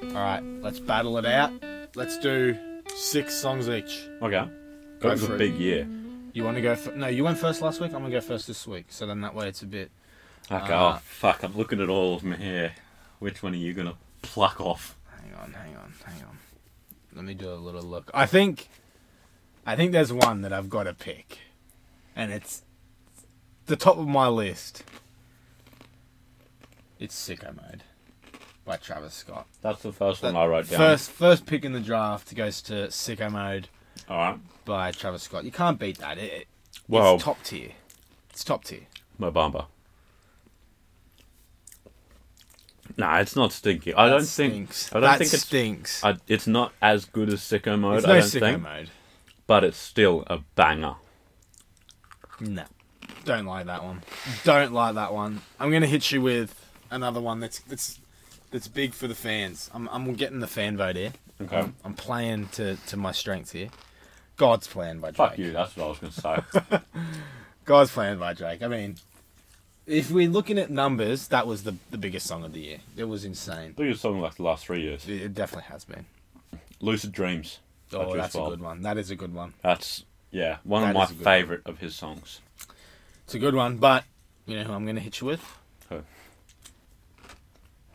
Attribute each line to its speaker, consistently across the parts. Speaker 1: All right, let's battle it out. Let's do six songs each.
Speaker 2: Okay.
Speaker 1: Go
Speaker 2: That was
Speaker 1: for
Speaker 2: a
Speaker 1: it.
Speaker 2: big year.
Speaker 1: You want to go? F- no, you went first last week. I'm gonna go first this week. So then that way it's a bit.
Speaker 2: Okay,
Speaker 1: Uh,
Speaker 2: oh, fuck, I'm looking at all of them here. Which one are you going to pluck off?
Speaker 1: Hang on, hang on, hang on. Let me do a little look. I think, I think there's one that I've got to pick, and it's the top of my list. It's "Sicko Mode" by Travis Scott.
Speaker 2: That's the first one I wrote down.
Speaker 1: First, first pick in the draft goes to "Sicko Mode"
Speaker 2: All right.
Speaker 1: by Travis Scott. You can't beat that. It, it
Speaker 2: Well-
Speaker 1: it's top tier. It's top tier.
Speaker 2: Mobamba. Nah, it's not stinky. I don't
Speaker 1: That
Speaker 2: think.
Speaker 1: stinks.
Speaker 2: I don't
Speaker 1: that
Speaker 2: think it's.
Speaker 1: stinks.
Speaker 2: I, it's not as good as Sicko Mode.
Speaker 1: It's
Speaker 2: I
Speaker 1: no
Speaker 2: don't
Speaker 1: sicko
Speaker 2: think,
Speaker 1: mode.
Speaker 2: but it's still a banger.
Speaker 1: No, don't like that one. Don't like that one. I'm gonna hit you with another one that's that's that's big for the fans. I'm I'm getting the fan vote here.
Speaker 2: Okay.
Speaker 1: I'm playing to to my strengths here. God's plan by Drake.
Speaker 2: Fuck you. That's what I was gonna say.
Speaker 1: God's plan by Drake. I mean, if we're looking at numbers, that was the the biggest song of the year. It was insane.
Speaker 2: Biggest song like the last three years.
Speaker 1: It, it definitely has been.
Speaker 2: Lucid Dreams. by
Speaker 1: Oh,
Speaker 2: Juice
Speaker 1: that's a
Speaker 2: WRLD.
Speaker 1: good one. That is a good one.
Speaker 2: That's yeah, one
Speaker 1: That
Speaker 2: of my
Speaker 1: is a good one.
Speaker 2: favorite of his songs.
Speaker 1: It's a good one, but you know who I'm gonna hit you with?
Speaker 2: Who?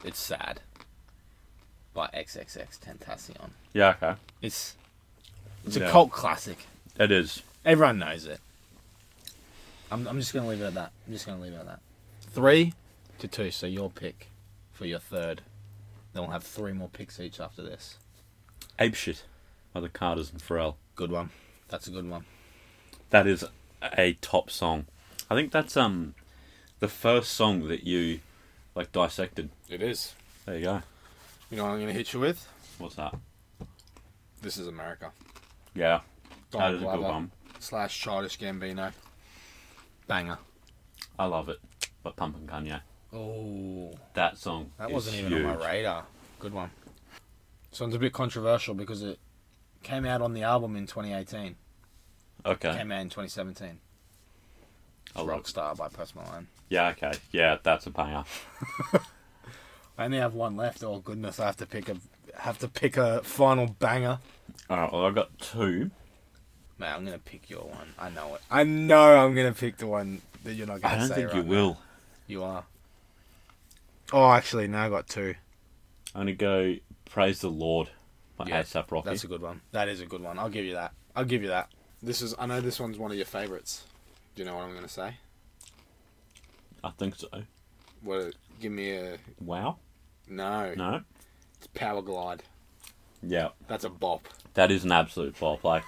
Speaker 1: It's sad. By XXX Tentacion.
Speaker 2: Yeah. Okay.
Speaker 1: It's it's a
Speaker 2: Yeah.
Speaker 1: cult classic.
Speaker 2: It is.
Speaker 1: Everyone knows it. I'm, I'm just gonna leave it at that. I'm just gonna leave it at that. Three to two, so your pick for your third. Then we'll have three more picks each after this.
Speaker 2: Ape Shit by the Carters and Pharrell.
Speaker 1: Good one. That's a good one.
Speaker 2: That is a top song. I think that's um the first song that you like dissected.
Speaker 1: It is.
Speaker 2: There you go.
Speaker 1: You know what I'm gonna hit you with?
Speaker 2: What's that?
Speaker 1: This is America.
Speaker 2: Yeah. that
Speaker 1: Donald
Speaker 2: is a good
Speaker 1: Glover
Speaker 2: one.
Speaker 1: Slash childish Gambino. Banger.
Speaker 2: I love it. But Pump and Kanye.
Speaker 1: Oh.
Speaker 2: That song.
Speaker 1: That
Speaker 2: is
Speaker 1: wasn't even on
Speaker 2: huge.
Speaker 1: my radar. Good one. So it's a bit controversial because it came out on the album in 2018.
Speaker 2: Okay.
Speaker 1: Came out in 2017. It's
Speaker 2: I love it.
Speaker 1: Rockstar by Post Malone.
Speaker 2: Yeah, okay. Yeah, that's a banger.
Speaker 1: I only have one left. Oh goodness, I have to pick a have to pick a final banger.
Speaker 2: Alright, well I've got two.
Speaker 1: Mate, I'm gonna pick your one. I know it. I know I'm gonna pick the one that you're not
Speaker 2: I
Speaker 1: gonna
Speaker 2: don't
Speaker 1: say.
Speaker 2: think
Speaker 1: right
Speaker 2: you
Speaker 1: now.
Speaker 2: will.
Speaker 1: You are. Oh, actually, no, I got two.
Speaker 2: I'm gonna go Praise the Lord by
Speaker 1: Yeah,
Speaker 2: ASAP Rocky.
Speaker 1: That's a good one. That is a good one. I'll give you that. I'll give you that. This is. I know this one's one of your favorites. Do you know what I'm gonna say?
Speaker 2: I think so.
Speaker 1: What? Give me a
Speaker 2: Wow.
Speaker 1: no.
Speaker 2: No?
Speaker 1: It's Power Glide.
Speaker 2: Yeah.
Speaker 1: That's a bop.
Speaker 2: That is an absolute bop. Like,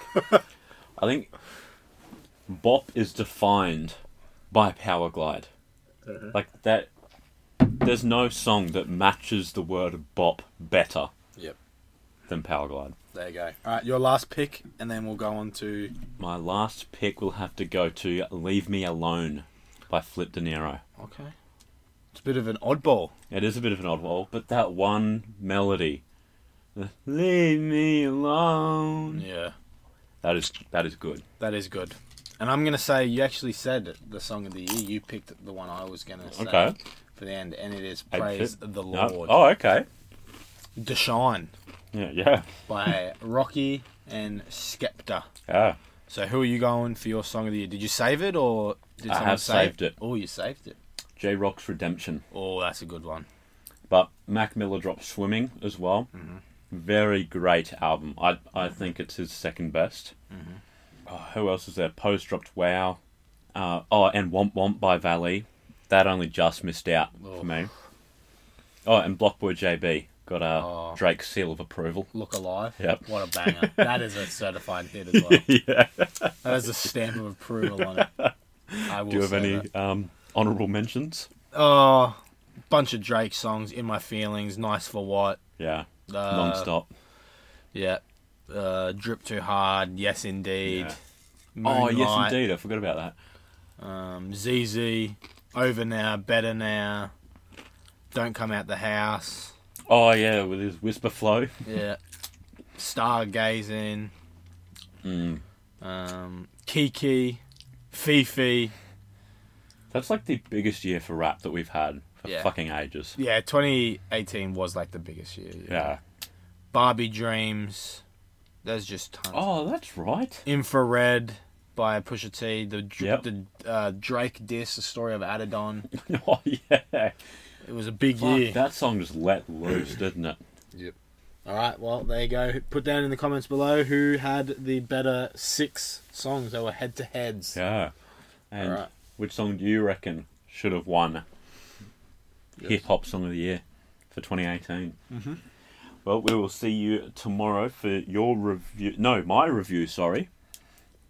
Speaker 2: I think bop is defined by Power Glide.
Speaker 1: Uh-huh.
Speaker 2: Like that, there's no song that matches the word bop better
Speaker 1: Yep.
Speaker 2: than Power Glide.
Speaker 1: There you go. All right, your last pick, and then we'll go on to.
Speaker 2: My last pick will have to go to "Leave Me Alone" by Flip De Niro.
Speaker 1: Okay. It's a bit of an oddball.
Speaker 2: It is a bit of an oddball, but that one melody, the "Leave Me Alone,"
Speaker 1: Yeah,
Speaker 2: that is that is good.
Speaker 1: that is good. And I'm gonna say you actually said the song of the year. You picked the one I was gonna say
Speaker 2: Okay.
Speaker 1: for the end, and it is
Speaker 2: Ape
Speaker 1: "Praise
Speaker 2: Shit.
Speaker 1: the
Speaker 2: No-
Speaker 1: Lord."
Speaker 2: Oh, okay.
Speaker 1: "Deshine"
Speaker 2: Yeah, yeah,
Speaker 1: by Rocky and Skepta.
Speaker 2: yeah.
Speaker 1: So, who are you going for your song of the year? Did you save it, or did
Speaker 2: I
Speaker 1: someone
Speaker 2: have
Speaker 1: save
Speaker 2: saved it.
Speaker 1: Oh, you saved it.
Speaker 2: J Rock's "Redemption."
Speaker 1: Oh, that's a good one.
Speaker 2: But Mac Miller dropped Swimming as well.
Speaker 1: Mm-hmm.
Speaker 2: Very great album. I I think it's his second best.
Speaker 1: Mm-hmm.
Speaker 2: Oh, who else is there? Post dropped Wow. Uh, oh, and Womp Womp by Valley. That only just missed out
Speaker 1: Oh.
Speaker 2: for me. Oh, and Blockboy JB got a
Speaker 1: Oh.
Speaker 2: Drake's seal of approval.
Speaker 1: Look Alive.
Speaker 2: Yep.
Speaker 1: What a banger. That is a certified hit as well.
Speaker 2: yeah.
Speaker 1: That has a stamp of approval on it. I will
Speaker 2: Do you have
Speaker 1: say
Speaker 2: any
Speaker 1: that.
Speaker 2: um, honorable mentions?
Speaker 1: Oh, bunch of Drake songs. In My Feelings. Nice for What.
Speaker 2: Yeah.
Speaker 1: Uh,
Speaker 2: Non-stop.
Speaker 1: Yeah. Uh, Drip Too Hard. Yes, Indeed.
Speaker 2: Yeah. Oh, yes,
Speaker 1: Moonlight,
Speaker 2: indeed. I forgot about that.
Speaker 1: Um, ZZ. Over Now. Better Now. Don't Come Out the House.
Speaker 2: Oh, yeah, with his Whisper Flow.
Speaker 1: Yeah. Stargazing.
Speaker 2: Mm.
Speaker 1: Um, Kiki. Fifi.
Speaker 2: That's like the biggest year for rap that we've had for
Speaker 1: Yeah.
Speaker 2: fucking ages.
Speaker 1: Yeah, 2018 was like the biggest year.
Speaker 2: Yeah.
Speaker 1: Barbie Dreams. There's just tons.
Speaker 2: Oh, that's right.
Speaker 1: Infrared by Pusha T. The Dr-
Speaker 2: Yep.
Speaker 1: the uh, Drake diss, the story of Adidon.
Speaker 2: oh yeah.
Speaker 1: It was a big
Speaker 2: Fuck,
Speaker 1: year.
Speaker 2: that song just let loose, didn't it?
Speaker 1: All right, well there you go. Put down in the comments below who had the better six songs that were head to heads.
Speaker 2: Yeah. And
Speaker 1: Alright.
Speaker 2: which song do you reckon should have won Hip Hop Song of the Year for 2018? Mm-hmm. Well, we will see you tomorrow for your review. No, my review, sorry,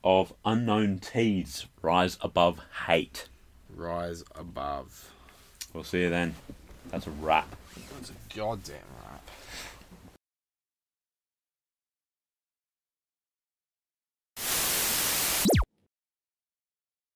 Speaker 2: of Unknown Teeds Rise Above Hate.
Speaker 1: Rise above.
Speaker 2: We'll see you then. That's a wrap.
Speaker 1: That's a goddamn rap.